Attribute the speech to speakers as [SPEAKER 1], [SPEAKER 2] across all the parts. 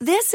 [SPEAKER 1] This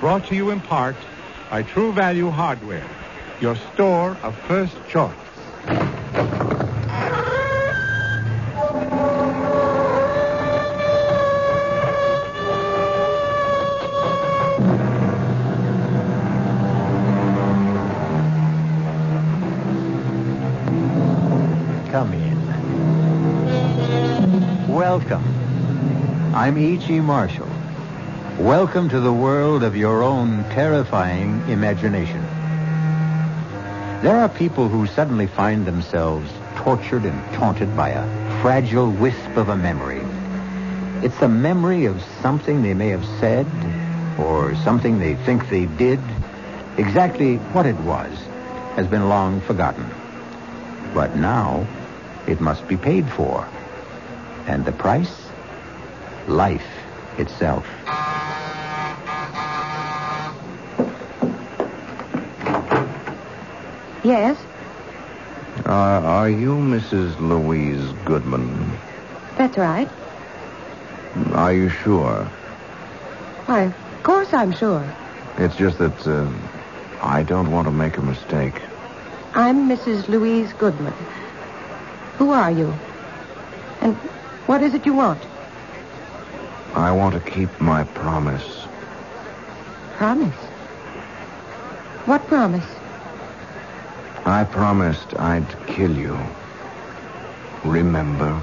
[SPEAKER 2] Brought to you in part by True Value Hardware, your store of first choice.
[SPEAKER 3] Come in. Welcome. I'm E.G. Marshall. Welcome to the world of your own terrifying imagination. There are people who suddenly find themselves tortured and taunted by a fragile wisp of a memory. It's a memory of something they may have said or something they think they did. Exactly what it was has been long forgotten. But now, it must be paid for. And the price? Life itself.
[SPEAKER 4] Yes?
[SPEAKER 5] Uh, are you Mrs. Louise Goodman?
[SPEAKER 4] That's right.
[SPEAKER 5] Are you sure?
[SPEAKER 4] Why, of course I'm sure.
[SPEAKER 5] It's just that uh, I don't want to make a mistake.
[SPEAKER 4] I'm Mrs. Louise Goodman. Who are you? And what is it you want?
[SPEAKER 5] I want to keep my promise.
[SPEAKER 4] Promise. What promise?
[SPEAKER 5] I promised I'd kill you. Remember?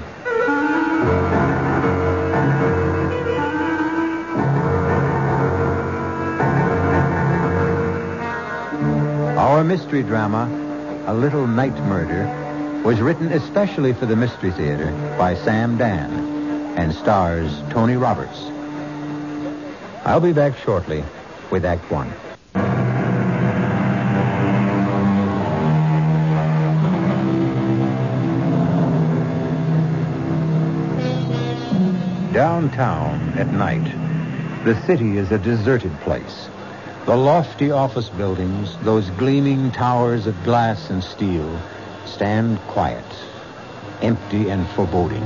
[SPEAKER 3] Our mystery drama, A Little Night Murder, was written especially for the Mystery Theater by Sam Dan and stars Tony Roberts. I'll be back shortly with Act One. Downtown at night, the city is a deserted place. The lofty office buildings, those gleaming towers of glass and steel, stand quiet, empty and foreboding,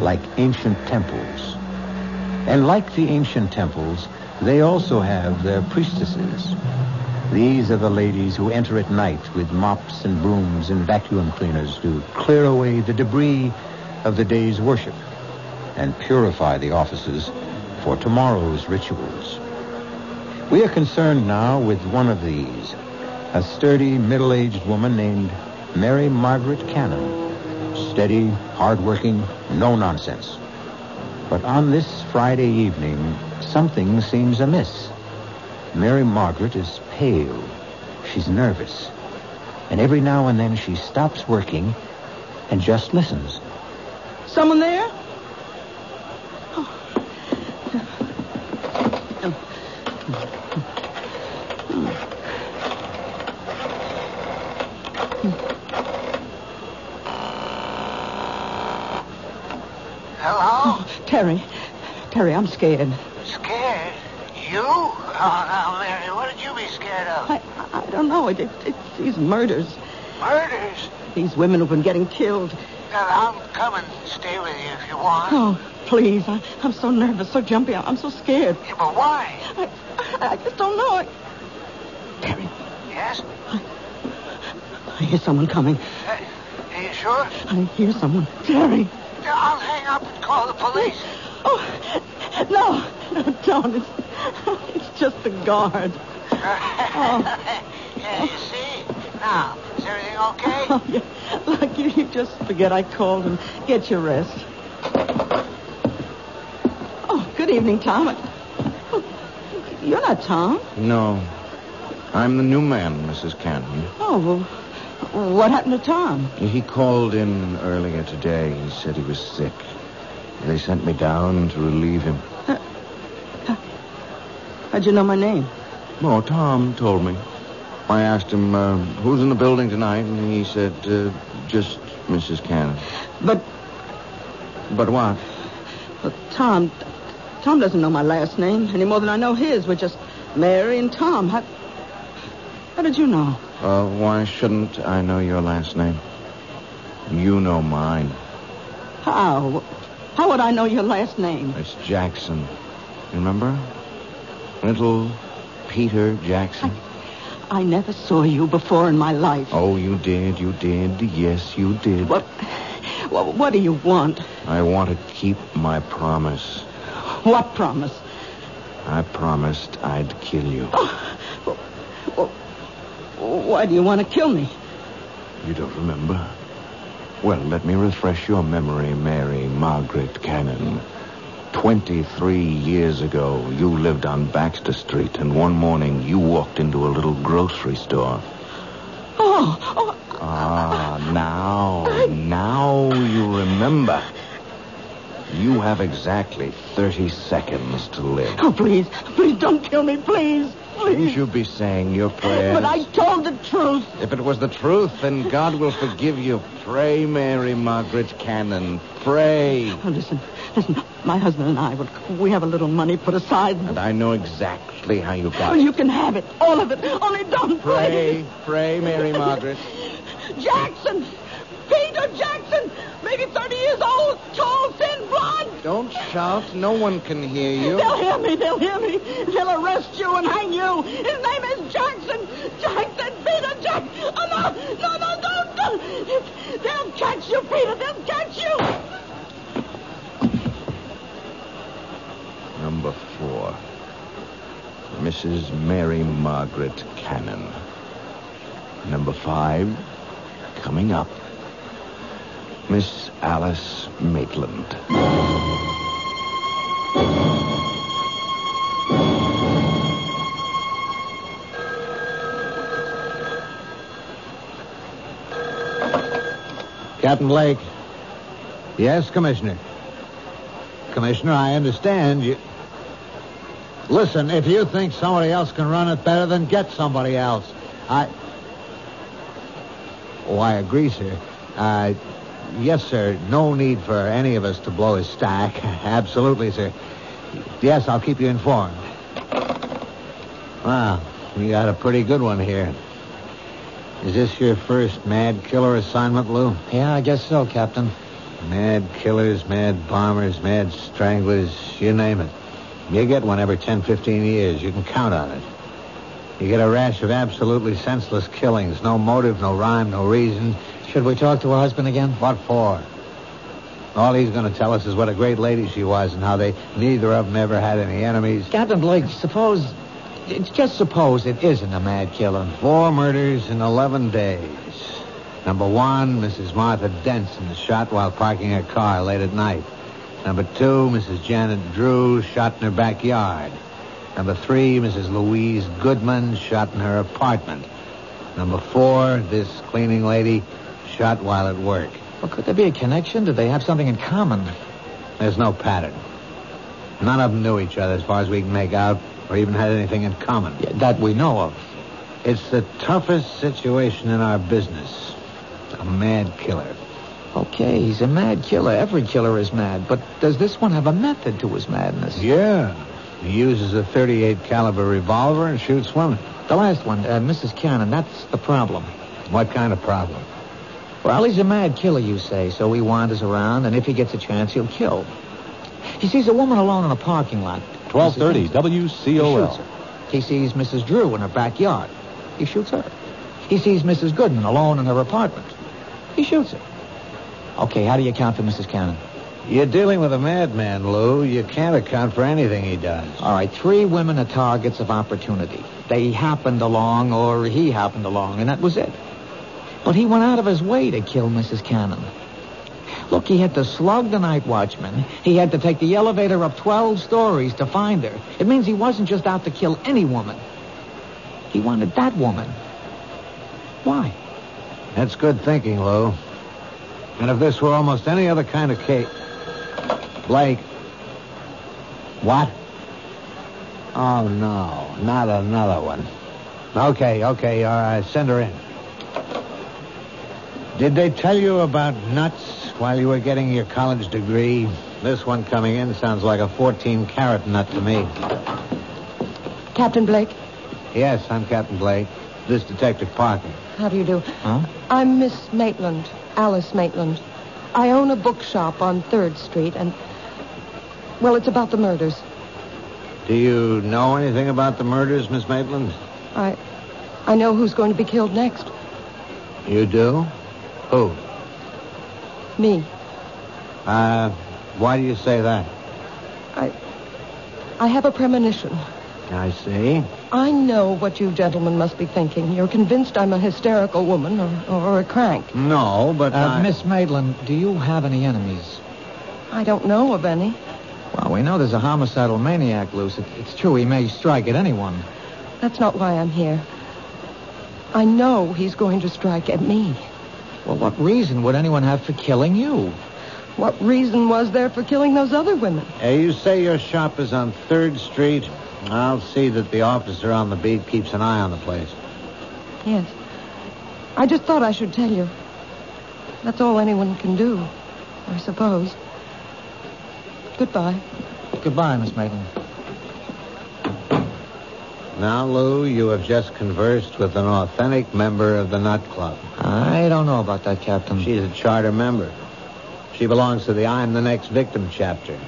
[SPEAKER 3] like ancient temples. And like the ancient temples, they also have their priestesses. These are the ladies who enter at night with mops and brooms and vacuum cleaners to clear away the debris of the day's worship and purify the offices for tomorrow's rituals. We are concerned now with one of these, a sturdy, middle-aged woman named Mary Margaret Cannon. Steady, hard-working, no nonsense. But on this Friday evening, something seems amiss. Mary Margaret is pale. She's nervous. And every now and then she stops working and just listens.
[SPEAKER 6] Someone there?
[SPEAKER 7] Hello?
[SPEAKER 6] Terry. Terry, I'm scared.
[SPEAKER 7] Scared? You? Oh, now, Mary, what would you be scared of?
[SPEAKER 6] I, I don't know. It, it, it's these murders.
[SPEAKER 7] Murders?
[SPEAKER 6] These women who've been getting killed.
[SPEAKER 7] Now, I'm coming to stay with you if you want.
[SPEAKER 6] Oh, please. I, I'm so nervous, so jumpy. I, am so scared.
[SPEAKER 7] Yeah, but why?
[SPEAKER 6] I, I, I just don't know. I... Terry,
[SPEAKER 7] Yes?
[SPEAKER 6] I hear someone coming.
[SPEAKER 7] Uh, are you sure?
[SPEAKER 6] I hear someone. Terry.
[SPEAKER 7] I'll hang up and call the police.
[SPEAKER 6] Oh, no. No, don't. It's, it's just the guard.
[SPEAKER 8] Oh. yeah, you see? Now, is everything okay?
[SPEAKER 6] Oh, yeah. Lucky you just forget I called and get your rest. Oh, good evening, Tom. Oh, You're not Tom.
[SPEAKER 9] No. I'm the new man, Mrs. Canton.
[SPEAKER 6] Oh, well, what happened to Tom?
[SPEAKER 9] He called in earlier today. He said he was sick. They sent me down to relieve him.
[SPEAKER 6] How'd you know my name?
[SPEAKER 9] Oh, Tom told me. I asked him, uh, who's in the building tonight, and he said, uh, just Mrs. Cannon.
[SPEAKER 6] But,
[SPEAKER 9] But what?
[SPEAKER 6] but Tom, Tom doesn't know my last name any more than I know his. We're just Mary and Tom. How, how did you know?
[SPEAKER 9] Uh, why shouldn't I know your last name? You know mine.
[SPEAKER 6] How? How would I know your last name?
[SPEAKER 9] It's Jackson. Remember? Little Peter Jackson.
[SPEAKER 6] I never saw you before in my life.
[SPEAKER 9] Oh, you did, you did. Yes, you did.
[SPEAKER 6] What, what, what do you want?
[SPEAKER 9] I want to keep my promise.
[SPEAKER 6] What promise?
[SPEAKER 9] I promised I'd kill you.
[SPEAKER 6] Why do you want to kill me?
[SPEAKER 9] You don't remember? Well, let me refresh your memory, Mary Margaret Cannon. Twenty-three years ago, you lived on Baxter Street, and one morning you walked into a little grocery store.
[SPEAKER 6] Oh, oh,
[SPEAKER 9] Ah, now, now you remember. You have exactly 30 seconds to live.
[SPEAKER 6] oh, please, please don't kill me, please,
[SPEAKER 9] Shouldn't
[SPEAKER 6] please.
[SPEAKER 9] you be saying your prayers?
[SPEAKER 6] But I told the truth.
[SPEAKER 9] If it was the truth, then God will forgive you. Pray, Mary Margaret Cannon. Pray.
[SPEAKER 6] Oh, listen, listen. My husband and I, would, we have a little money put aside.
[SPEAKER 9] And I know exactly how you
[SPEAKER 6] Oh,
[SPEAKER 9] got it.
[SPEAKER 6] you can have it, all of it. Only don't
[SPEAKER 9] Pray, pray, Mary Margaret.
[SPEAKER 6] Jackson, Peter Jackson, maybe thirty years old, tall, thin, blonde.
[SPEAKER 9] Don't shout. No one can hear you.
[SPEAKER 6] They'll hear me. They'll hear me. They'll arrest you and hang you. His name is Jackson. Jackson, Peter Jack. Oh, no, no, no, don't. don't. They'll catch you, Peter. They'll catch you.
[SPEAKER 9] Number four. Mrs. Mary Margaret Cannon. Number five. Coming up. Miss Alice Maitland.
[SPEAKER 3] Captain Blake. Yes, Commissioner. Commissioner, I understand you. Listen, if you think somebody else can run it better, then get somebody else. I. Oh, I agree, sir. Uh, yes, sir. No need for any of us to blow his stack. Absolutely, sir. Yes, I'll keep you informed. Wow, we got a pretty good one here. Is this your first mad killer assignment, Lou? Yeah, I guess so, Captain. Mad killers, mad bombers, mad stranglers, you name it. You get one every 10, 15 years. You can count on it. You get a rash of absolutely senseless killings. No motive, no rhyme, no reason. Should we talk to her husband again? What for? All he's going to tell us is what a great lady she was and how they neither of them ever had any enemies. Captain Blake, suppose, just suppose it isn't a mad killer. Four murders in 11 days. Number one, Mrs. Martha Denson is shot while parking her car late at night. Number two, Mrs. Janet Drew shot in her backyard. Number three, Mrs. Louise Goodman shot in her apartment. Number four, this cleaning lady shot while at work. Well, could there be a connection? Did they have something in common? There's no pattern. None of them knew each other as far as we can make out, or even had anything in common. that we know of. It's the toughest situation in our business. A mad killer.
[SPEAKER 5] Okay, he's a mad killer. Every killer is mad, but does this one have a method to his madness?
[SPEAKER 3] Yeah. He uses a 38 caliber revolver and shoots women.
[SPEAKER 5] The last one, uh, Mrs. Cannon, that's the problem.
[SPEAKER 3] What kind of problem?
[SPEAKER 5] Well, he's a mad killer, you say, so he wanders around, and if he gets a chance, he'll kill. He sees a woman alone in a parking lot.
[SPEAKER 7] 1230
[SPEAKER 5] He shoots
[SPEAKER 7] WCOL.
[SPEAKER 5] her. He sees Mrs. Drew in her backyard. He shoots her. He sees Mrs. Goodman alone in her apartment. He shoots her. Okay, how do you account for Mrs. Cannon?
[SPEAKER 3] You're dealing with a madman, Lou. You can't account for anything he does.
[SPEAKER 5] All right, three women are targets of opportunity. They happened along, or he happened along, and that was it. But he went out of his way to kill Mrs. Cannon. Look, he had to slug the night watchman. He had to take the elevator up 12 stories to find her. It means he wasn't just out to kill any woman. He wanted that woman. Why?
[SPEAKER 3] That's good thinking, Lou. And if this were almost any other kind of case. Blake. What? Oh, no. Not another one. Okay, okay, all right. Send her in. Did they tell you about nuts while you were getting your college degree? This one coming in sounds like a 14 carat nut to me.
[SPEAKER 4] Captain Blake,
[SPEAKER 3] Yes, I'm Captain Blake. This Detective Parker.
[SPEAKER 4] how do you do?
[SPEAKER 3] Huh?
[SPEAKER 4] I'm Miss Maitland, Alice Maitland. I own a bookshop on 3rd Street, and. Well, it's about the murders.
[SPEAKER 3] Do you know anything about the murders, Miss Maitland?
[SPEAKER 4] I. I know who's going to be killed next.
[SPEAKER 3] You do? Who?
[SPEAKER 4] Me.
[SPEAKER 3] Uh, why do you say that?
[SPEAKER 4] I. I have a premonition.
[SPEAKER 3] I see.
[SPEAKER 4] I know what you gentlemen must be thinking. You're convinced I'm a hysterical woman or, or a crank.
[SPEAKER 3] No, but
[SPEAKER 5] Uh, Miss Maitland, do you have any enemies?
[SPEAKER 4] I don't know of any.
[SPEAKER 5] Well, we know there's a homicidal maniac loose. It- it's true he may strike at anyone.
[SPEAKER 4] That's not why I'm here. I know he's going to strike at me.
[SPEAKER 5] Well, what reason would anyone have for killing you?
[SPEAKER 4] What reason was there for killing those other women?
[SPEAKER 3] Uh, you say your shop is on 3rd Street. I'll see that the officer on the beat keeps an eye on the place.
[SPEAKER 4] Yes. I just thought I should tell you. That's all anyone can do, I suppose. Goodbye.
[SPEAKER 5] Goodbye, Miss Maitland.
[SPEAKER 3] Now, Lou, you have just conversed with an authentic member of the Nut Club.
[SPEAKER 5] I don't know about that, Captain.
[SPEAKER 3] She's a charter member. She belongs to the I'm the Next Victim chapter.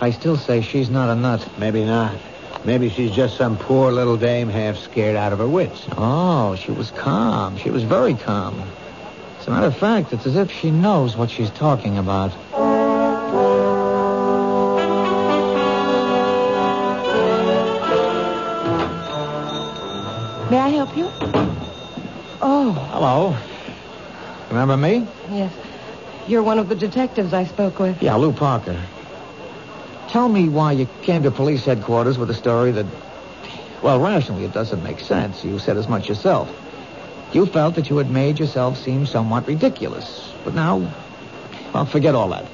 [SPEAKER 5] I still say she's not a nut.
[SPEAKER 3] Maybe not. Maybe she's just some poor little dame half scared out of her wits.
[SPEAKER 5] Oh, she was calm. She was very calm. As a matter of fact, it's as if she knows what she's talking about.
[SPEAKER 4] May I help you? Oh,
[SPEAKER 5] Hello. Remember me?
[SPEAKER 4] yes. You're one of the detectives I spoke with.
[SPEAKER 5] Yeah, Lou Parker. Tell me why you came to police headquarters with a story that, well, rationally, it doesn't make sense. You said as much yourself. You felt that you had made yourself seem somewhat ridiculous. But now, well, forget all that.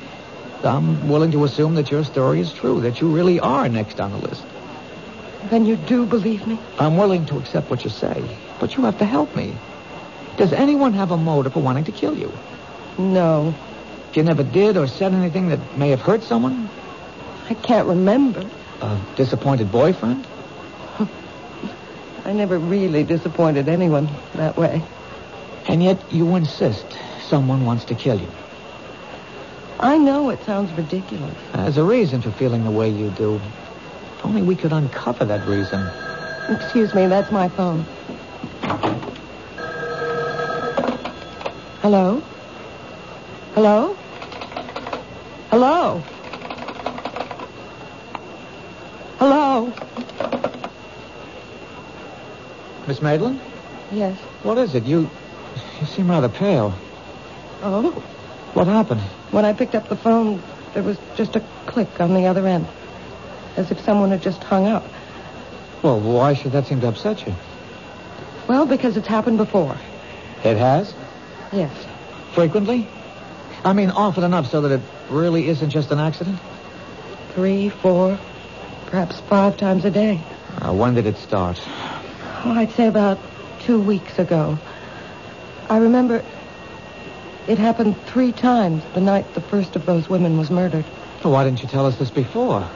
[SPEAKER 5] I'm willing to assume that your story is true, that you really are next on the list.
[SPEAKER 4] Then you do believe me?
[SPEAKER 5] I'm willing to accept what you say, but you have to help me. Does anyone have a motive for wanting to kill you?
[SPEAKER 4] No.
[SPEAKER 5] If you never did or said anything that may have hurt someone,
[SPEAKER 4] I can't remember.
[SPEAKER 5] a disappointed boyfriend,
[SPEAKER 4] I never really disappointed anyone that way.
[SPEAKER 5] and yet you insist someone wants to kill you.
[SPEAKER 4] I know it sounds ridiculous.
[SPEAKER 5] There's a reason for feeling the way you do. If only we could uncover that reason.
[SPEAKER 4] Excuse me, that's my phone. Hello? Hello? Hello? Hello?
[SPEAKER 5] Miss Maitland,
[SPEAKER 4] Yes.
[SPEAKER 5] what is it? You, you seem rather pale.
[SPEAKER 4] Oh,
[SPEAKER 5] What happened?
[SPEAKER 4] when I picked up the phone, there was just a click on the other end, as if someone had just hung up.
[SPEAKER 5] Well, why should that seem to upset you?
[SPEAKER 4] Well, because it's happened before.
[SPEAKER 5] It has.
[SPEAKER 4] Yes.
[SPEAKER 5] Frequently? I mean, often enough so that it really isn't just an accident?
[SPEAKER 4] Three, four, perhaps five times a day.
[SPEAKER 5] Uh, when did it start?
[SPEAKER 4] Oh, I'd say about two weeks ago. I remember it happened three times the night the first of those women was murdered.
[SPEAKER 5] Well, why didn't you tell us this before?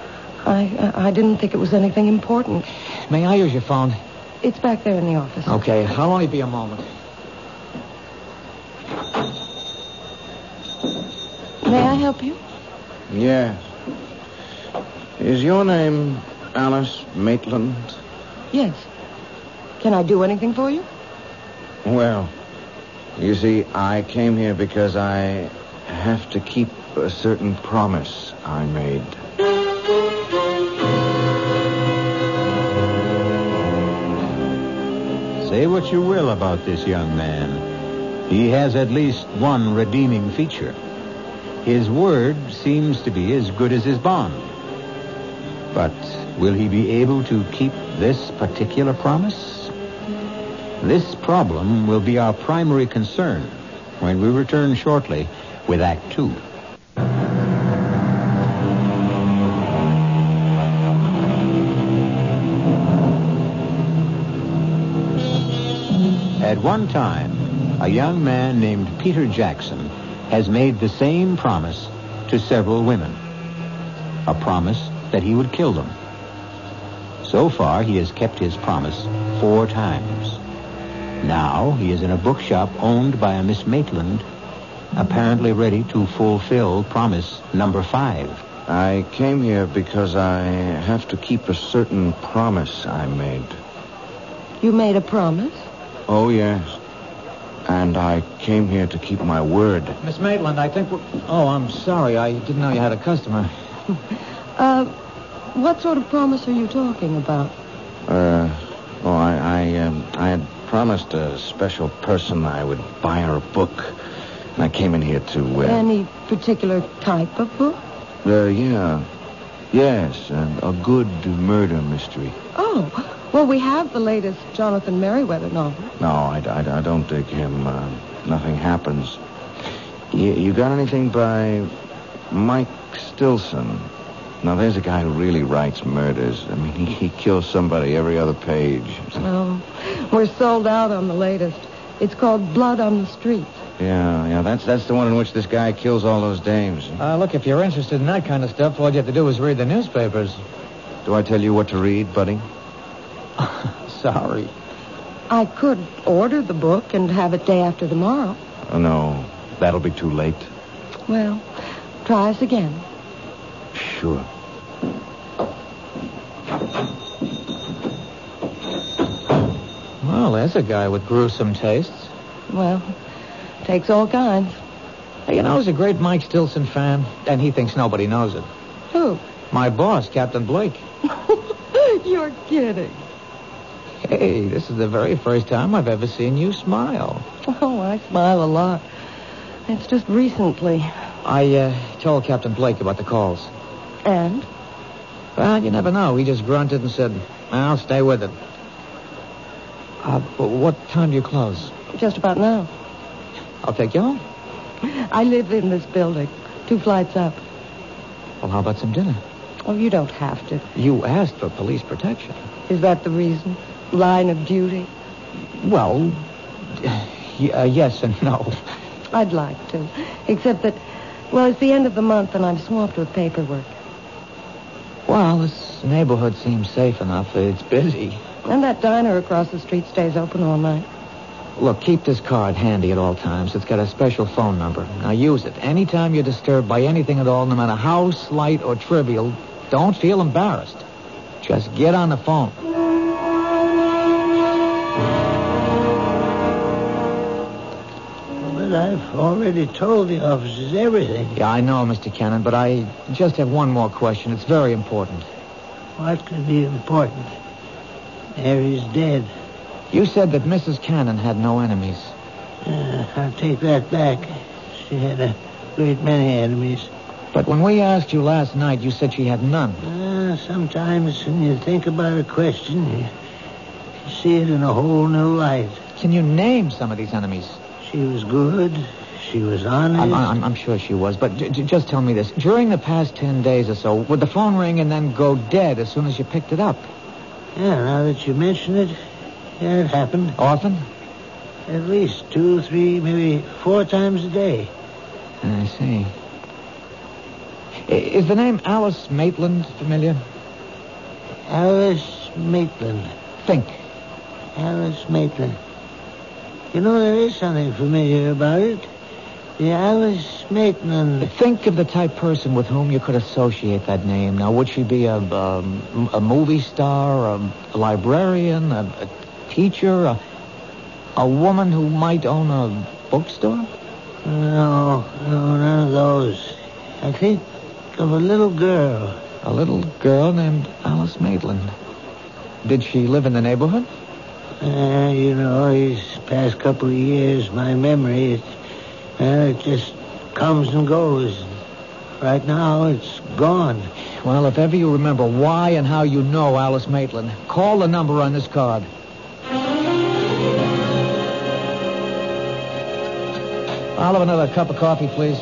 [SPEAKER 4] I, I I didn't think it was anything important.
[SPEAKER 5] May I use your phone?
[SPEAKER 4] It's back there in the office.
[SPEAKER 5] Okay, I'll only be a moment.
[SPEAKER 4] May I help you?
[SPEAKER 9] Yes. Is your name Alice Maitland?
[SPEAKER 4] Yes. Can I do anything for you?
[SPEAKER 9] Well, you see, I came here because I have to keep
[SPEAKER 10] a certain promise I made.
[SPEAKER 9] Say what you will about this young man. He has at least one redeeming feature. His word seems to be as good as his bond. But will he be able to keep this particular promise? This problem will be our primary concern when we return shortly with Act Two. At one time, a young man named Peter Jackson has made the same promise to several women. A promise that he would kill them. So far, he has kept his promise four times. Now, he is in a bookshop owned by a Miss Maitland, apparently ready to fulfill promise number five.
[SPEAKER 10] I came here because I have to keep a certain promise I made.
[SPEAKER 4] You made a promise?
[SPEAKER 10] Oh, yes. And I came here to keep my word.
[SPEAKER 3] Miss Maitland, I think we're... Oh, I'm sorry. I didn't know you had a customer.
[SPEAKER 4] Uh, what sort of promise are you talking about?
[SPEAKER 10] Uh, oh, I, I, um, I had promised a special person I would buy her a book. And I came in here to, uh...
[SPEAKER 4] Any particular type of book?
[SPEAKER 10] Uh, yeah. Yes, a, a good murder mystery.
[SPEAKER 4] Oh, well, we have the latest Jonathan Merriweather novel.
[SPEAKER 10] No, I, I, I don't dig him. Uh, nothing happens. You, you got anything by Mike Stilson? Now, there's a guy who really writes murders. I mean, he, he kills somebody every other page.
[SPEAKER 4] Oh, we're sold out on the latest. It's called Blood on the Street.
[SPEAKER 10] Yeah, yeah, that's that's the one in which this guy kills all those dames.
[SPEAKER 3] Uh, look, if you're interested in that kind of stuff, all you have to do is read the newspapers.
[SPEAKER 10] Do I tell you what to read, buddy?
[SPEAKER 3] Sorry.
[SPEAKER 4] I could order the book and have it day after tomorrow.
[SPEAKER 10] Oh, no, that'll be too late.
[SPEAKER 4] Well, try us again.
[SPEAKER 10] Sure.
[SPEAKER 3] Well, there's a guy with gruesome tastes.
[SPEAKER 4] Well, takes all kinds.
[SPEAKER 3] Hey, you know, I was a great Mike Stilson fan, and he thinks nobody knows it.
[SPEAKER 4] Who?
[SPEAKER 3] My boss, Captain Blake.
[SPEAKER 4] You're kidding.
[SPEAKER 3] Hey, this is the very first time I've ever seen you smile.
[SPEAKER 4] Oh, I smile a lot. It's just recently.
[SPEAKER 3] I uh, told Captain Blake about the calls.
[SPEAKER 4] And?
[SPEAKER 3] Well, you never know. He just grunted and said, I'll stay with it. Uh, but what time do you close?
[SPEAKER 4] Just about now.
[SPEAKER 3] I'll take you home.
[SPEAKER 4] I live in this building, two flights up.
[SPEAKER 3] Well, how about some dinner?
[SPEAKER 4] Oh, you don't have to.
[SPEAKER 3] You asked for police protection.
[SPEAKER 4] Is that the reason? Line of duty?
[SPEAKER 3] Well, y- uh, yes and no.
[SPEAKER 4] I'd like to. Except that, well, it's the end of the month and I'm swamped with paperwork.
[SPEAKER 3] Well, this neighborhood seems safe enough. It's busy.
[SPEAKER 4] And that diner across the street stays open all night.
[SPEAKER 3] Look, keep this card handy at all times. It's got a special phone number. Now use it. Anytime you're disturbed by anything at all, no matter how slight or trivial, don't feel embarrassed. Just get on the phone.
[SPEAKER 7] But I've already told the officers everything.
[SPEAKER 3] Yeah, I know, Mr. Cannon, but I just have one more question. It's very important.
[SPEAKER 7] What could be important? Mary's dead.
[SPEAKER 3] You said that Mrs. Cannon had no enemies.
[SPEAKER 7] Uh, I'll take that back. She had a great many enemies.
[SPEAKER 3] But when we asked you last night, you said she had none.
[SPEAKER 7] Uh, sometimes when you think about a question, you see it in a whole new light.
[SPEAKER 3] Can you name some of these enemies?
[SPEAKER 7] She was good. She was honest.
[SPEAKER 3] I'm, I'm, I'm sure she was, but j- j- just tell me this. During the past ten days or so, would the phone ring and then go dead as soon as you picked it up?
[SPEAKER 7] Yeah, now that you mention it, yeah, it happened.
[SPEAKER 3] Often?
[SPEAKER 7] At least two, three, maybe four times a day.
[SPEAKER 3] I see. I- Is the name Alice Maitland familiar?
[SPEAKER 7] Alice Maitland.
[SPEAKER 3] Think.
[SPEAKER 7] Alice Maitland. You know, there is something familiar about it. The Alice Maitland.
[SPEAKER 3] Think of the type person with whom you could associate that name. Now, would she be a um, a movie star, a librarian, a, a teacher, a, a woman who might own a bookstore?
[SPEAKER 7] No, no, none of those. I think of a little girl.
[SPEAKER 3] A little girl named Alice Maitland. Did she live in the neighborhood?
[SPEAKER 7] Uh, you know, these past couple of years, my memory, it, uh, it just comes and goes. Right now, it's gone.
[SPEAKER 3] Well, if ever you remember why and how you know Alice Maitland, call the number on this card. I'll have another cup of coffee, please.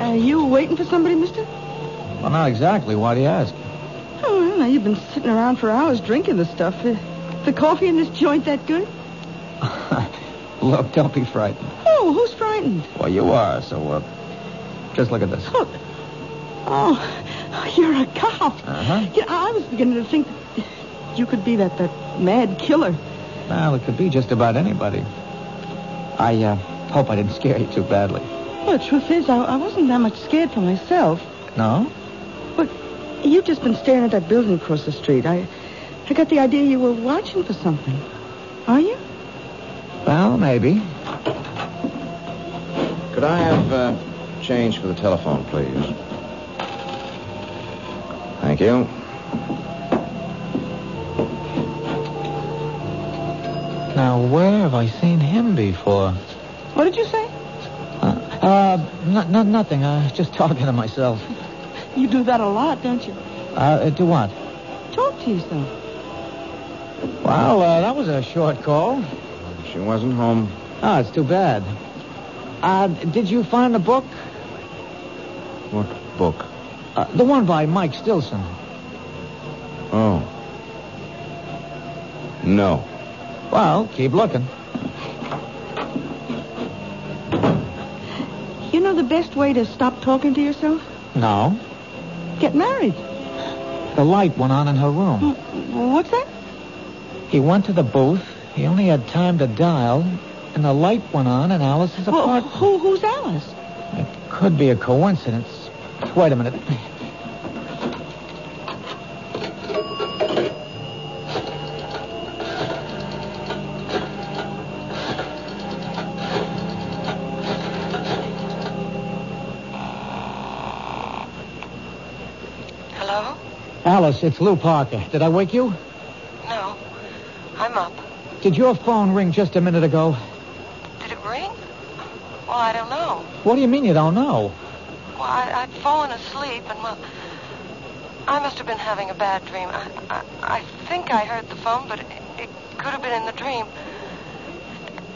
[SPEAKER 6] Are you waiting for somebody, mister?
[SPEAKER 3] Well, not exactly. Why do you ask?
[SPEAKER 6] Oh, well, now you've been sitting around for hours drinking this stuff. Is the coffee in this joint that good?
[SPEAKER 3] Look, don't be frightened.
[SPEAKER 6] Oh, who's frightened?
[SPEAKER 3] Well, you are, so, uh, just look at this.
[SPEAKER 6] Oh, you're a cop.
[SPEAKER 3] Uh-huh.
[SPEAKER 6] Yeah, I was beginning to think you could be that, that mad killer.
[SPEAKER 3] Well, it could be just about anybody. I, uh, hope I didn't scare you too badly.
[SPEAKER 6] Well, the truth is, I, I wasn't that much scared for myself.
[SPEAKER 3] No?
[SPEAKER 6] But you've just been staring at that building across the street. I, I got the idea you were watching for something. Are you?
[SPEAKER 3] Well, maybe.
[SPEAKER 5] Could I have uh, change for the telephone, please? Thank you.
[SPEAKER 3] Now, where have I seen him before?
[SPEAKER 6] What did you say?
[SPEAKER 3] Uh, no, no, nothing. I was just talking to myself.
[SPEAKER 6] You do that a lot, don't you?
[SPEAKER 3] Uh, to what?
[SPEAKER 6] Talk to yourself.
[SPEAKER 3] Well, uh, that was a short call.
[SPEAKER 5] She wasn't home.
[SPEAKER 3] Oh, it's too bad. Uh, did you find the book?
[SPEAKER 5] What book?
[SPEAKER 3] Uh, the one by Mike Stilson.
[SPEAKER 5] Oh. No.
[SPEAKER 3] Well, keep looking.
[SPEAKER 6] You know the best way to stop talking to yourself?
[SPEAKER 3] No.
[SPEAKER 6] Get married.
[SPEAKER 3] The light went on in her room.
[SPEAKER 6] What's that?
[SPEAKER 3] He went to the booth. He only had time to dial, and the light went on in Alice's
[SPEAKER 6] Well,
[SPEAKER 3] apartment.
[SPEAKER 6] who, who's Alice?
[SPEAKER 3] Could be a coincidence. Wait a minute.
[SPEAKER 4] Hello?
[SPEAKER 3] Alice, it's Lou Parker. Did I wake you?
[SPEAKER 4] No. I'm up.
[SPEAKER 3] Did your phone ring just a minute ago?
[SPEAKER 4] Did it ring? Well, I don't know.
[SPEAKER 3] What do you mean you don't know?
[SPEAKER 4] Well, I, I'd fallen asleep and, well, I must have been having a bad dream. I, I, I think I heard the phone, but it, it could have been in the dream.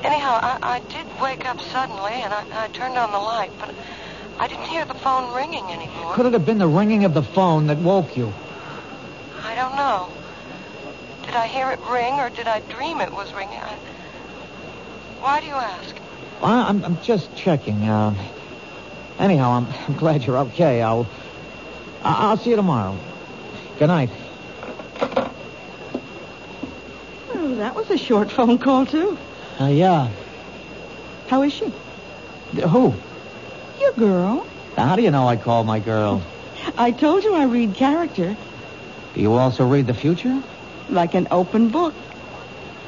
[SPEAKER 4] Anyhow, I, I did wake up suddenly and I, I turned on the light, but I didn't hear the phone ringing anymore.
[SPEAKER 3] Could it have been the ringing of the phone that woke you?
[SPEAKER 4] I don't know. Did I hear it ring or did I dream it was ringing? I... Why do you ask?
[SPEAKER 3] I, I'm, I'm just checking. Uh, anyhow, I'm, I'm glad you're okay. I'll, I- I'll see you tomorrow. Good night.
[SPEAKER 6] Oh, that was a short phone call, too.
[SPEAKER 3] Uh, yeah.
[SPEAKER 6] How is she?
[SPEAKER 3] D- Who?
[SPEAKER 6] Your girl.
[SPEAKER 3] How do you know I called my girl?
[SPEAKER 6] I told you I read character
[SPEAKER 3] Do you also read the future?
[SPEAKER 6] like an open book.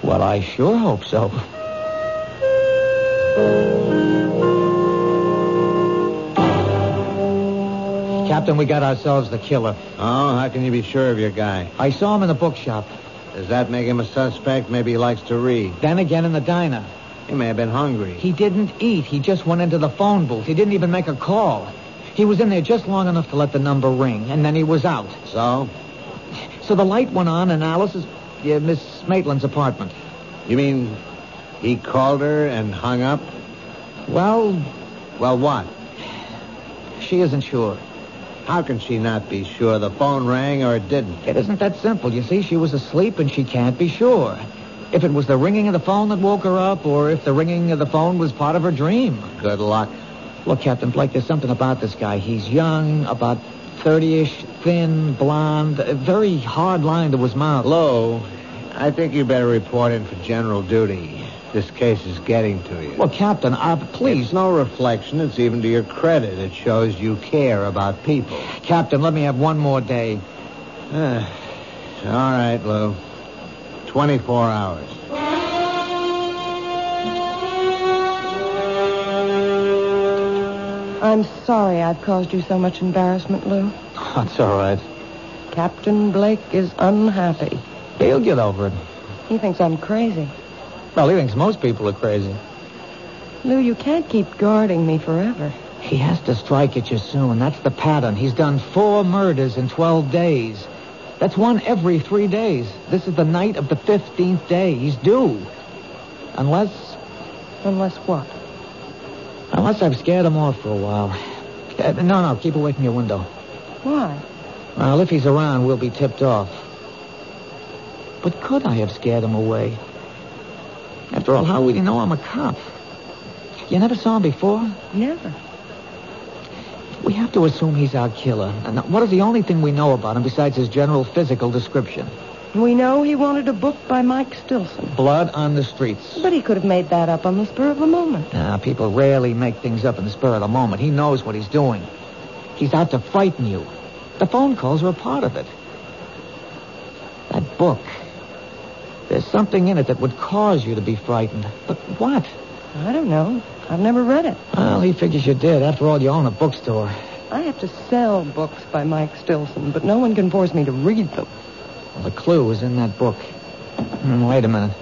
[SPEAKER 3] Well, I sure hope so. Captain, we got ourselves the killer.
[SPEAKER 11] Oh, how can you be sure of your guy?
[SPEAKER 3] I saw him in the bookshop.
[SPEAKER 11] Does that make him a suspect? Maybe he likes to read.
[SPEAKER 3] Then again in the diner.
[SPEAKER 11] He may have been hungry.
[SPEAKER 3] He didn't eat. He just went into the phone booth. He didn't even make a call. He was in there just long enough to let the number ring, and then he was out.
[SPEAKER 11] So?
[SPEAKER 3] So the light went on in Alice's, yeah, Miss Maitland's apartment.
[SPEAKER 11] You mean he called her and hung up?
[SPEAKER 3] Well,
[SPEAKER 11] Well, what?
[SPEAKER 3] she isn't sure.
[SPEAKER 11] How can she not be sure the phone rang or it didn't?
[SPEAKER 3] It isn't that simple. You see, she was asleep and she can't be sure. If it was the ringing of the phone that woke her up, or if the ringing of the phone was part of her dream.
[SPEAKER 11] Good luck.
[SPEAKER 3] Look, Captain Blake, there's something about this guy. He's young, about 30-ish, thin, blonde, a very hard line to his mouth.
[SPEAKER 11] Lou, I think you better report in for general duty. This case is getting to you.
[SPEAKER 3] Well, Captain, uh, please.
[SPEAKER 11] It's no reflection. It's even to your credit. It shows you care about people.
[SPEAKER 3] Captain, let me have one more day.
[SPEAKER 11] Uh, all right, Lou. 24 hours.
[SPEAKER 6] I'm sorry I've caused you so much embarrassment, Lou.
[SPEAKER 12] That's all right.
[SPEAKER 6] Captain Blake is unhappy.
[SPEAKER 12] He'll get over it.
[SPEAKER 6] He thinks I'm crazy.
[SPEAKER 12] Well, he thinks most people are crazy.
[SPEAKER 6] Lou, you can't keep guarding me forever.
[SPEAKER 3] He has to strike at you soon. That's the pattern. He's done four murders in 12 days. That's one every three days. This is the night of the 15th day. He's due. Unless.
[SPEAKER 6] Unless what?
[SPEAKER 3] Unless I've scared him off for a while. Uh, no, no, keep away from your window.
[SPEAKER 6] Why?
[SPEAKER 3] Well, if he's around, we'll be tipped off. But could I have scared him away? After all, how would you know I'm a cop? You never saw him before?
[SPEAKER 6] Never.
[SPEAKER 3] We have to assume he's our killer. And what is the only thing we know about him besides his general physical description?
[SPEAKER 6] We know he wanted a book by Mike Stilson.
[SPEAKER 3] Blood on the streets.
[SPEAKER 6] But he could have made that up on the spur of a moment.
[SPEAKER 3] Ah, people rarely make things up in the spur of the moment. He knows what he's doing. He's out to frighten you. The phone calls are a part of it. That book. There's something in it that would cause you to be frightened. But what?
[SPEAKER 6] I don't know. I've never read it.
[SPEAKER 3] Well, he figures you did. After all, you own a bookstore.
[SPEAKER 6] I have to sell books by Mike Stilson, but no one can force me to read them.
[SPEAKER 3] Well, the clue is in that book. Hmm, wait a minute.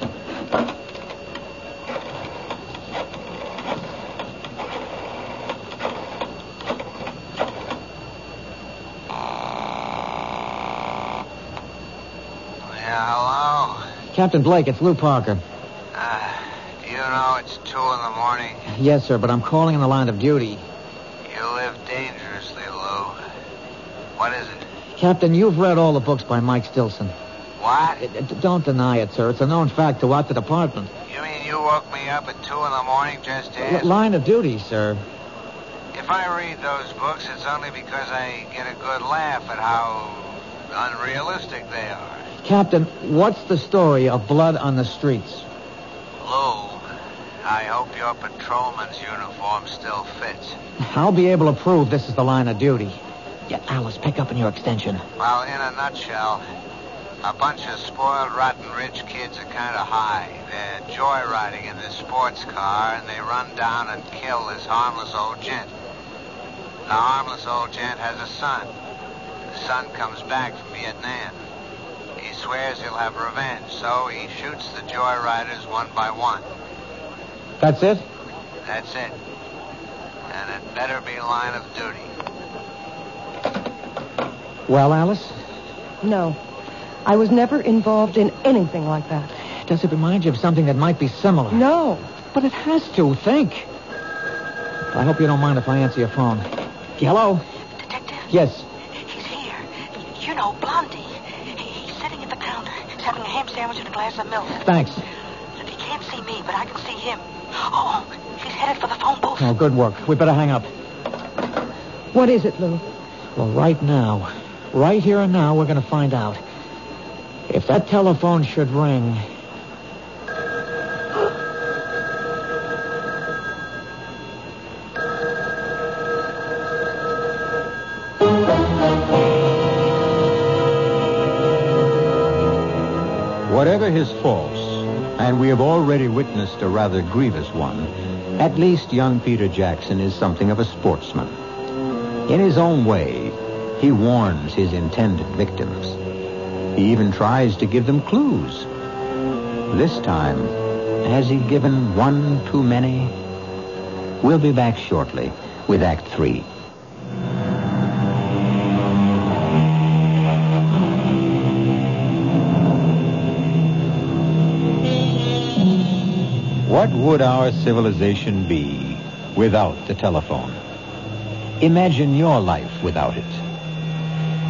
[SPEAKER 7] Hello? Uh,
[SPEAKER 3] Captain Blake, it's Lou Parker.
[SPEAKER 7] Do you know it's two in the morning?
[SPEAKER 3] Yes, sir, but I'm calling in the line of duty.
[SPEAKER 7] You live dangerously, Lou. What is it?
[SPEAKER 3] Captain, you've read all the books by Mike Stilson.
[SPEAKER 7] What?
[SPEAKER 3] Uh, d- Don't deny it, sir. It's a known fact throughout the department.
[SPEAKER 7] You mean you woke me up at two in the morning just to
[SPEAKER 3] L-
[SPEAKER 7] ask?
[SPEAKER 3] line of duty, sir.
[SPEAKER 7] If I read those books, it's only because I get a good laugh at how unrealistic they are.
[SPEAKER 3] Captain, what's the story of blood on the streets?
[SPEAKER 7] Lou, I hope your patrolman's uniform still fits.
[SPEAKER 3] I'll be able to prove this is the line of duty. Yeah, Alice, pick up in your extension.
[SPEAKER 7] Well, in a nutshell, a bunch of spoiled, rotten, rich kids are kind of high. They're joyriding in their sports car, and they run down and kill this harmless old gent. The harmless old gent has a son. The son comes back from Vietnam. He swears he'll have revenge, so he shoots the joyriders one by one.
[SPEAKER 3] That's it?
[SPEAKER 7] That's it. And it better be line of duty.
[SPEAKER 3] Well, Alice,
[SPEAKER 6] No. I was never involved in anything like that.
[SPEAKER 3] does it remind you of something that might be similar?
[SPEAKER 6] No.
[SPEAKER 3] But it has to. Think. I hope you don't mind if I answer your phone. Hello?
[SPEAKER 4] Detective,
[SPEAKER 3] Yes.
[SPEAKER 4] he's here. You know, Blondie. He- He's sitting at the counter. He's having a ham sandwich and a glass of milk.
[SPEAKER 3] Thanks.
[SPEAKER 4] He can't see me, but I can see him. Oh, he's headed for the phone booth.
[SPEAKER 3] Oh, good work. We better hang up.
[SPEAKER 6] What is it, Lou?
[SPEAKER 3] Well, right now, right here and now, we're going to find out. If that telephone should ring.
[SPEAKER 13] Whatever his faults, and we have already witnessed a rather grievous one, at least young Peter Jackson is something of a sportsman. In his own way, he warns his intended victims. He even tries to give them clues. This time, has he given one too many? We'll be back shortly with Act Three. What would our civilization be without the telephone? Imagine your life without it.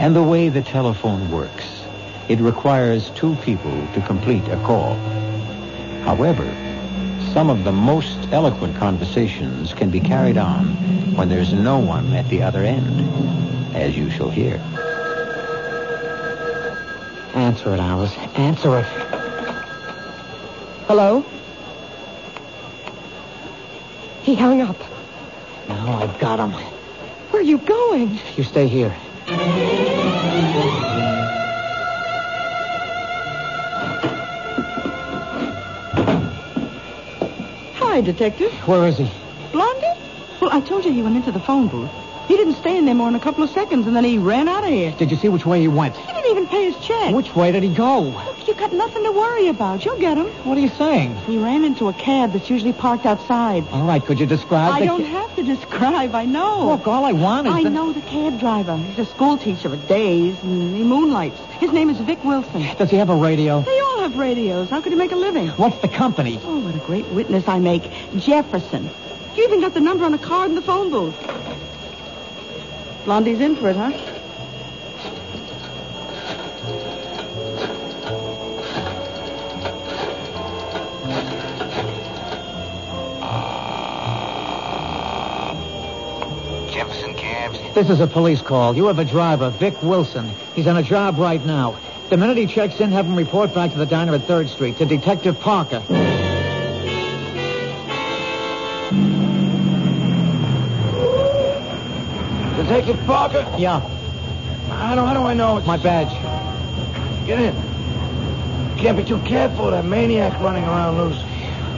[SPEAKER 13] And the way the telephone works, it requires two people to complete a call. However, some of the most eloquent conversations can be carried on when there's no one at the other end, as you shall hear.
[SPEAKER 3] Answer it, Alice. Answer it.
[SPEAKER 6] Hello? He hung up.
[SPEAKER 3] Now I've got him.
[SPEAKER 6] Where are you going?
[SPEAKER 3] You stay here.
[SPEAKER 6] Hi, Detective.
[SPEAKER 3] Where is he?
[SPEAKER 6] Blondie? Well,
[SPEAKER 14] I told you he went into the phone booth. He didn't stay in there more than a couple of seconds, and then he ran out of here.
[SPEAKER 3] Did you see which way he went?
[SPEAKER 14] He didn't even pay his check.
[SPEAKER 3] Which way did he go?
[SPEAKER 14] Look, you got nothing to worry about. You'll get him.
[SPEAKER 3] What are you saying?
[SPEAKER 14] He ran into a cab that's usually parked outside.
[SPEAKER 3] All right, could you describe
[SPEAKER 14] I
[SPEAKER 3] the...
[SPEAKER 14] don't have to describe. I know.
[SPEAKER 3] Look, all I want is
[SPEAKER 14] I
[SPEAKER 3] the-
[SPEAKER 14] know the cab driver. He's a school teacher at days, and he moonlights. His name is Vic Wilson.
[SPEAKER 3] Does he have a radio?
[SPEAKER 14] They all have radios. How could he make a living?
[SPEAKER 3] What's the company?
[SPEAKER 14] Oh, what a great witness I make. Jefferson. You even got the number on the card in the phone booth. Blondie's in for it, huh?
[SPEAKER 15] Jefferson Cabs.
[SPEAKER 3] This is a police call. You have a driver, Vic Wilson. He's on a job right now. The minute he checks in, have him report back to the diner at 3rd Street, to Detective Parker.
[SPEAKER 7] Detective Parker?
[SPEAKER 3] Yeah.
[SPEAKER 7] How do, how do I know? It's...
[SPEAKER 3] My badge.
[SPEAKER 7] Get in. Can't be too careful. That maniac running around loose.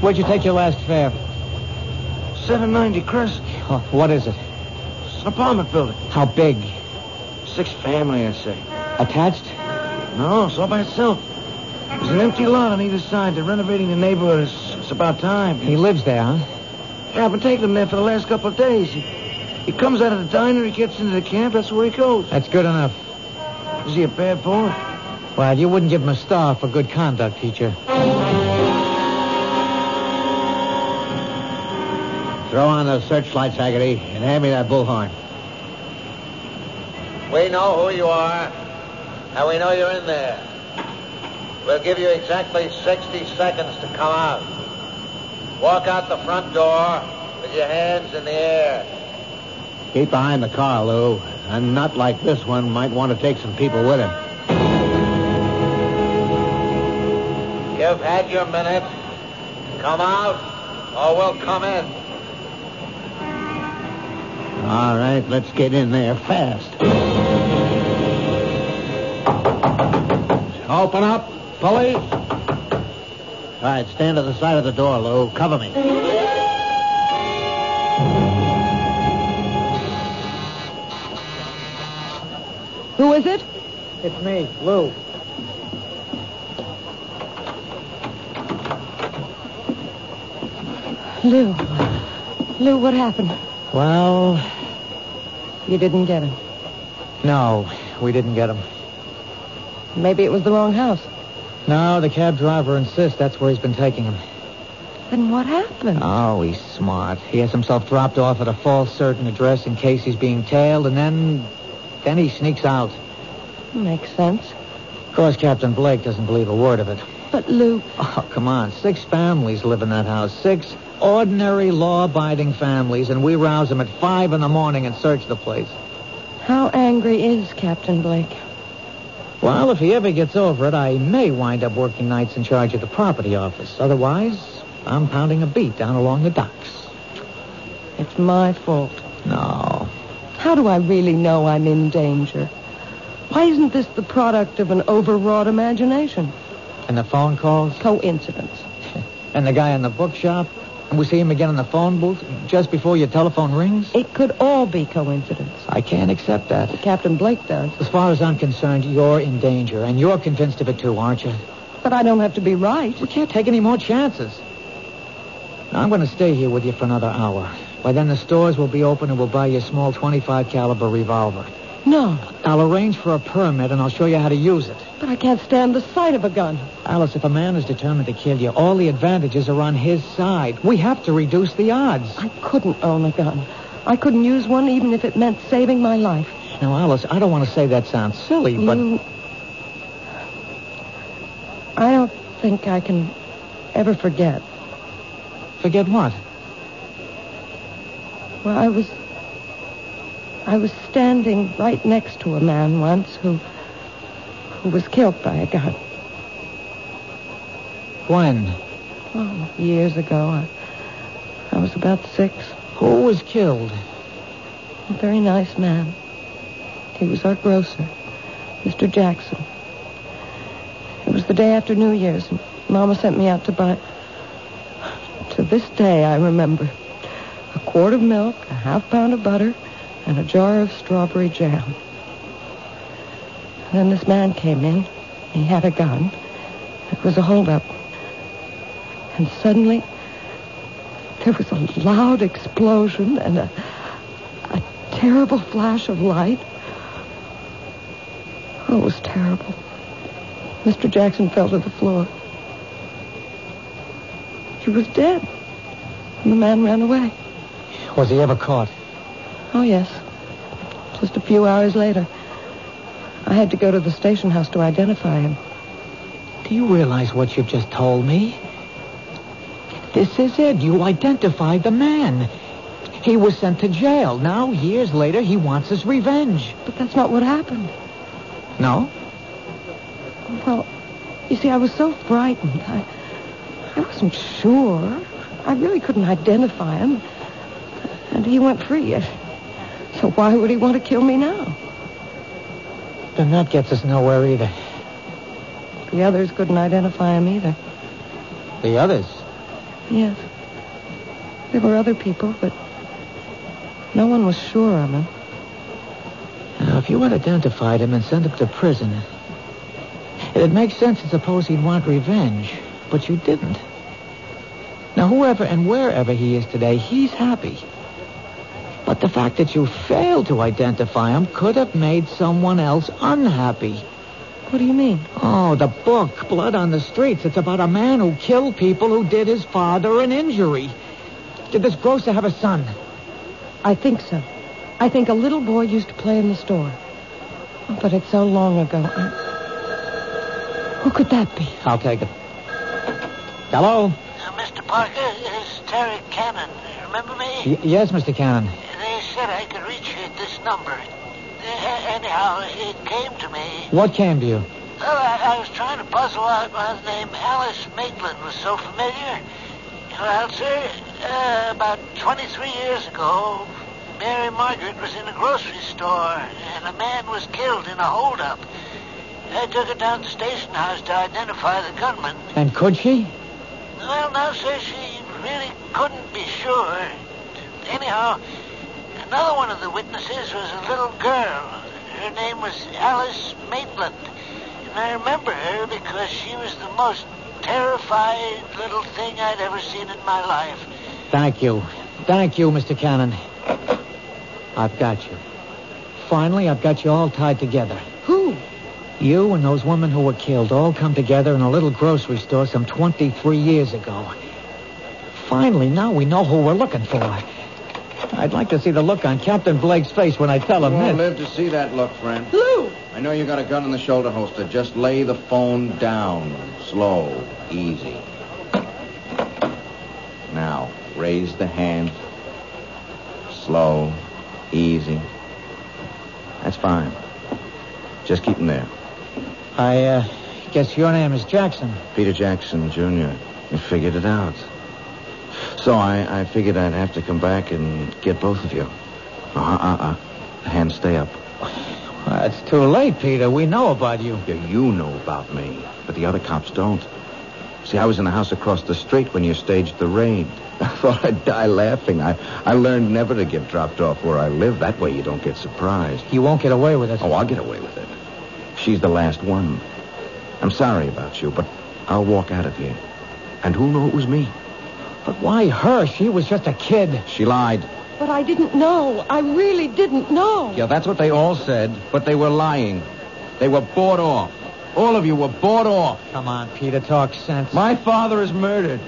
[SPEAKER 3] Where'd you take your last fare?
[SPEAKER 7] 790 Crest.
[SPEAKER 3] Oh, what is it?
[SPEAKER 7] It's an apartment building.
[SPEAKER 3] How big?
[SPEAKER 7] Six family, I say.
[SPEAKER 3] Attached?
[SPEAKER 7] No, it's all by itself. There's an empty lot on either side. They're renovating the neighborhood. It's, it's about time.
[SPEAKER 3] He lives there, huh?
[SPEAKER 7] Yeah, I've been taking him there for the last couple of days. He, he comes out of the diner, he gets into the camp, that's where he goes.
[SPEAKER 3] That's good enough.
[SPEAKER 7] Is he a bad boy?
[SPEAKER 3] Well, you wouldn't give him a star for good conduct, teacher.
[SPEAKER 16] Throw on the searchlights, Haggerty, and hand me that bullhorn. We know who you are, and we know you're in there. We'll give you exactly 60 seconds to come out. Walk out the front door with your hands in the air.
[SPEAKER 17] Keep behind the car, Lou. A nut like this one might want to take some people with him.
[SPEAKER 16] You've had your minute. Come out, or we'll come in.
[SPEAKER 17] All right, let's get in there fast.
[SPEAKER 16] Open up, police. All right, stand to the side of the door, Lou. Cover me.
[SPEAKER 14] Who is it?
[SPEAKER 3] It's me, Lou.
[SPEAKER 6] Lou. Lou, what happened?
[SPEAKER 3] Well,
[SPEAKER 6] You didn't get him.
[SPEAKER 3] no, we didn't get him.
[SPEAKER 6] Maybe it was the wrong house.
[SPEAKER 3] No, the cab driver insists that's where he's been taking him.
[SPEAKER 6] Then what happened?
[SPEAKER 14] Uh,
[SPEAKER 3] Oh, he's smart. He has himself dropped off at a false certain address in case he's being tailed, and then, then he sneaks out.
[SPEAKER 6] Makes sense.
[SPEAKER 3] Of course, Captain Blake doesn't believe a word of it.
[SPEAKER 6] But Lou,
[SPEAKER 3] Oh, come on. Six families live in that house. Six ordinary law-abiding families, and we rouse them at five in the morning and search the place.
[SPEAKER 6] how angry is Captain Blake?
[SPEAKER 3] Well, if he ever gets over it, I may wind up working nights in charge of the property office. Otherwise, I'm pounding a beat down along the docks.
[SPEAKER 6] It's my fault.
[SPEAKER 3] No.
[SPEAKER 6] How do I really know I'm in danger? Why isn't this the product of an overwrought imagination?
[SPEAKER 3] And the phone calls?
[SPEAKER 6] Coincidence.
[SPEAKER 3] And the guy in the bookshop? And we see him again in the phone booth just before your telephone rings?
[SPEAKER 6] It could all be coincidence.
[SPEAKER 3] I can't accept that.
[SPEAKER 6] Captain Blake does.
[SPEAKER 3] As far as I'm concerned, you're in danger, and you're convinced of it too, aren't you?
[SPEAKER 6] But I don't have to be right.
[SPEAKER 3] We can't take any more chances. Now, I'm going to stay here with you for another hour. By then, the stores will be open and we'll buy you a small 25 caliber revolver.
[SPEAKER 6] No,
[SPEAKER 3] I'll arrange for a permit and I'll show you how to use it.
[SPEAKER 6] but I can't stand the sight of a gun.
[SPEAKER 3] Alice, if a man is determined to kill you, all the advantages are on his side. We have to reduce the odds.
[SPEAKER 6] I couldn't own a gun. I couldn't use one even if it meant saving my life.
[SPEAKER 3] Now, Alice, I don't want to say that sounds silly, but
[SPEAKER 6] You- I don't think I can ever forget.
[SPEAKER 3] forget what?
[SPEAKER 6] Well, I was. I was standing right next to a man once who. who was killed by a gun.
[SPEAKER 3] When?
[SPEAKER 6] Oh, years ago. I, I was about six.
[SPEAKER 3] Who was killed?
[SPEAKER 6] A very nice man. He was our grocer, Mr. Jackson. It was the day after New Year's, and Mama sent me out to buy. To this day, I remember a quart of milk, a half pound of butter, and a jar of strawberry jam. Then this man came in. He had a gun. It was a holdup. And suddenly, there was a loud explosion and a, a terrible flash of light. Oh, it was terrible. Mr. Jackson fell to the floor. He was dead. And the man ran away.
[SPEAKER 3] Was he ever caught?
[SPEAKER 6] Oh, yes. Just a few hours later. I had to go to the station house to identify him.
[SPEAKER 3] Do you realize what you've just told me? This is it. You identified the man. He was sent to jail. Now, years later, he wants his revenge.
[SPEAKER 6] But that's not what happened.
[SPEAKER 3] No?
[SPEAKER 6] Well, you see, I was so frightened. I, I wasn't sure. I really couldn't identify him. And he went free. So why would he want to kill me now?
[SPEAKER 3] Then that gets us nowhere either.
[SPEAKER 6] The others couldn't identify him either.
[SPEAKER 3] The others?
[SPEAKER 6] Yes. There were other people, but no one was sure of him.
[SPEAKER 3] Now, if you had identified him and sent him to prison, it makes sense to suppose he'd want revenge, but you didn't. Now, whoever and wherever he is today, he's happy. But the fact that you failed to identify him could have made someone else unhappy.
[SPEAKER 6] What do you mean?
[SPEAKER 3] Oh, the book, Blood on the Streets. It's about a man who killed people who did his father an injury. Did this grocer have a son?
[SPEAKER 6] I think so. I think a little boy used to play in the store. Oh, But it's so long ago. I- Who could that be?
[SPEAKER 3] I'll take it. Hello?
[SPEAKER 4] Mr. Uh, Parker, it's Terry Cannon. Remember me?
[SPEAKER 3] Y- yes, Mr. Cannon.
[SPEAKER 4] They said I could reach you at this number. Uh, anyhow, it came to me.
[SPEAKER 3] What came to you?
[SPEAKER 4] Well, I, I was trying to puzzle out why the name Alice Maitland was so familiar. Well, sir, uh, about 23 years ago, Mary Margaret was in a grocery store, and a man was killed in a holdup. I took her down to the station house to identify the gunman.
[SPEAKER 3] And could she?
[SPEAKER 4] Well, now, sir, she really couldn't be sure. Anyhow, another one of the witnesses was a little girl. Her name was Alice Maitland. And I remember her because she was the most terrified little thing I'd ever seen in my life.
[SPEAKER 3] Thank you. Thank you, Mr. Cannon. I've got you. Finally, I've got you all tied together.
[SPEAKER 6] Who?
[SPEAKER 3] You and those women who were killed all come together in a little grocery store some 23 years ago. Finally, now we know who we're looking for. I'd like to see the look on Captain Blake's face when I tell him
[SPEAKER 5] you won't
[SPEAKER 3] this.
[SPEAKER 5] live to see that look, friend.
[SPEAKER 3] Lou!
[SPEAKER 5] I know you got a gun in the shoulder holster. Just lay the phone down. Slow. Easy. Now, raise the hand. Slow. Easy. That's fine. Just keep him there.
[SPEAKER 3] I uh, guess your name is Jackson.
[SPEAKER 7] Peter Jackson, Jr. You figured it out. So I, I figured I'd have to come back and get both of you. Uh-uh,
[SPEAKER 5] Uh-huh,
[SPEAKER 7] uh-uh. Hands stay up.
[SPEAKER 3] Well, it's too late, Peter. We know about you.
[SPEAKER 7] Yeah, you know about me, but the other cops don't. See, I was in the house across the street when you staged the raid. I thought I'd die laughing. I, I learned never to get dropped off where I live. That way you don't get surprised.
[SPEAKER 3] You won't get away with it.
[SPEAKER 7] Oh, I'll get away with it. She's the last one. I'm sorry about you, but I'll walk out of here. And who knew it was me?
[SPEAKER 3] But why her? She was just a kid.
[SPEAKER 5] She lied.
[SPEAKER 6] But I didn't know. I really didn't know.
[SPEAKER 5] Yeah, that's what they all said, but they were lying. They were bought off. All of you were bought off.
[SPEAKER 3] Come on, Peter, talk sense.
[SPEAKER 5] My father is murdered,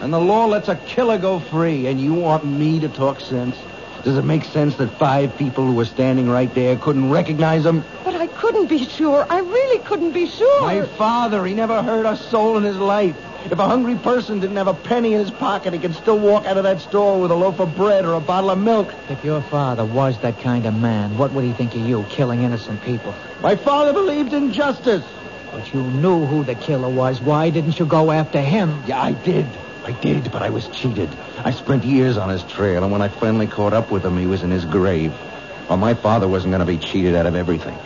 [SPEAKER 5] and the law lets a killer go free, and you want me to talk sense? Does it make sense that five people who were standing right there couldn't recognize him?
[SPEAKER 6] But I couldn't be sure. I really couldn't be sure.
[SPEAKER 5] My father, he never hurt a soul in his life. If a hungry person didn't have a penny in his pocket, he could still walk out of that store with a loaf of bread or a bottle of milk.
[SPEAKER 3] If your father was that kind of man, what would he think of you killing innocent people?
[SPEAKER 5] My father believed in justice.
[SPEAKER 3] But you knew who the killer was. Why didn't you go after him?
[SPEAKER 5] Yeah, I did.
[SPEAKER 7] I did, but I was cheated. I spent years on his trail, and when I finally caught up with him, he was in his grave. Well, my father wasn't going to be cheated out of everything.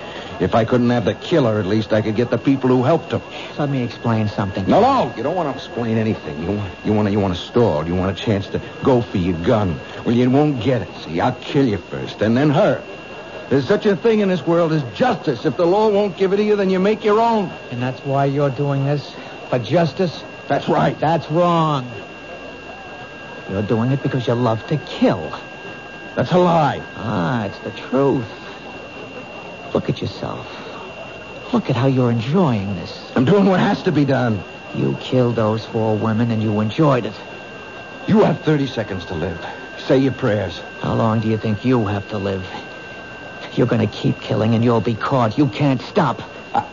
[SPEAKER 10] If I couldn't have the killer, at least I could get the people who helped him.
[SPEAKER 5] Let me explain something.
[SPEAKER 10] No, no, you don't want to explain anything. You want, you want, you want a stall. You want a chance to go for your gun. Well, you won't get it. See, I'll kill you first, and then her. There's such a thing in this world as justice. If the law won't give it to you, then you make your own.
[SPEAKER 5] And that's why you're doing this? For justice?
[SPEAKER 10] That's right.
[SPEAKER 5] That's wrong. You're doing it because you love to kill.
[SPEAKER 10] That's a lie.
[SPEAKER 5] Ah, it's the truth. Look at yourself. Look at how you're enjoying this.
[SPEAKER 10] I'm doing what has to be done.
[SPEAKER 5] You killed those four women and you enjoyed it.
[SPEAKER 10] You have 30 seconds to live. Say your prayers.
[SPEAKER 5] How long do you think you have to live? You're going to keep killing and you'll be caught. You can't stop.
[SPEAKER 10] I,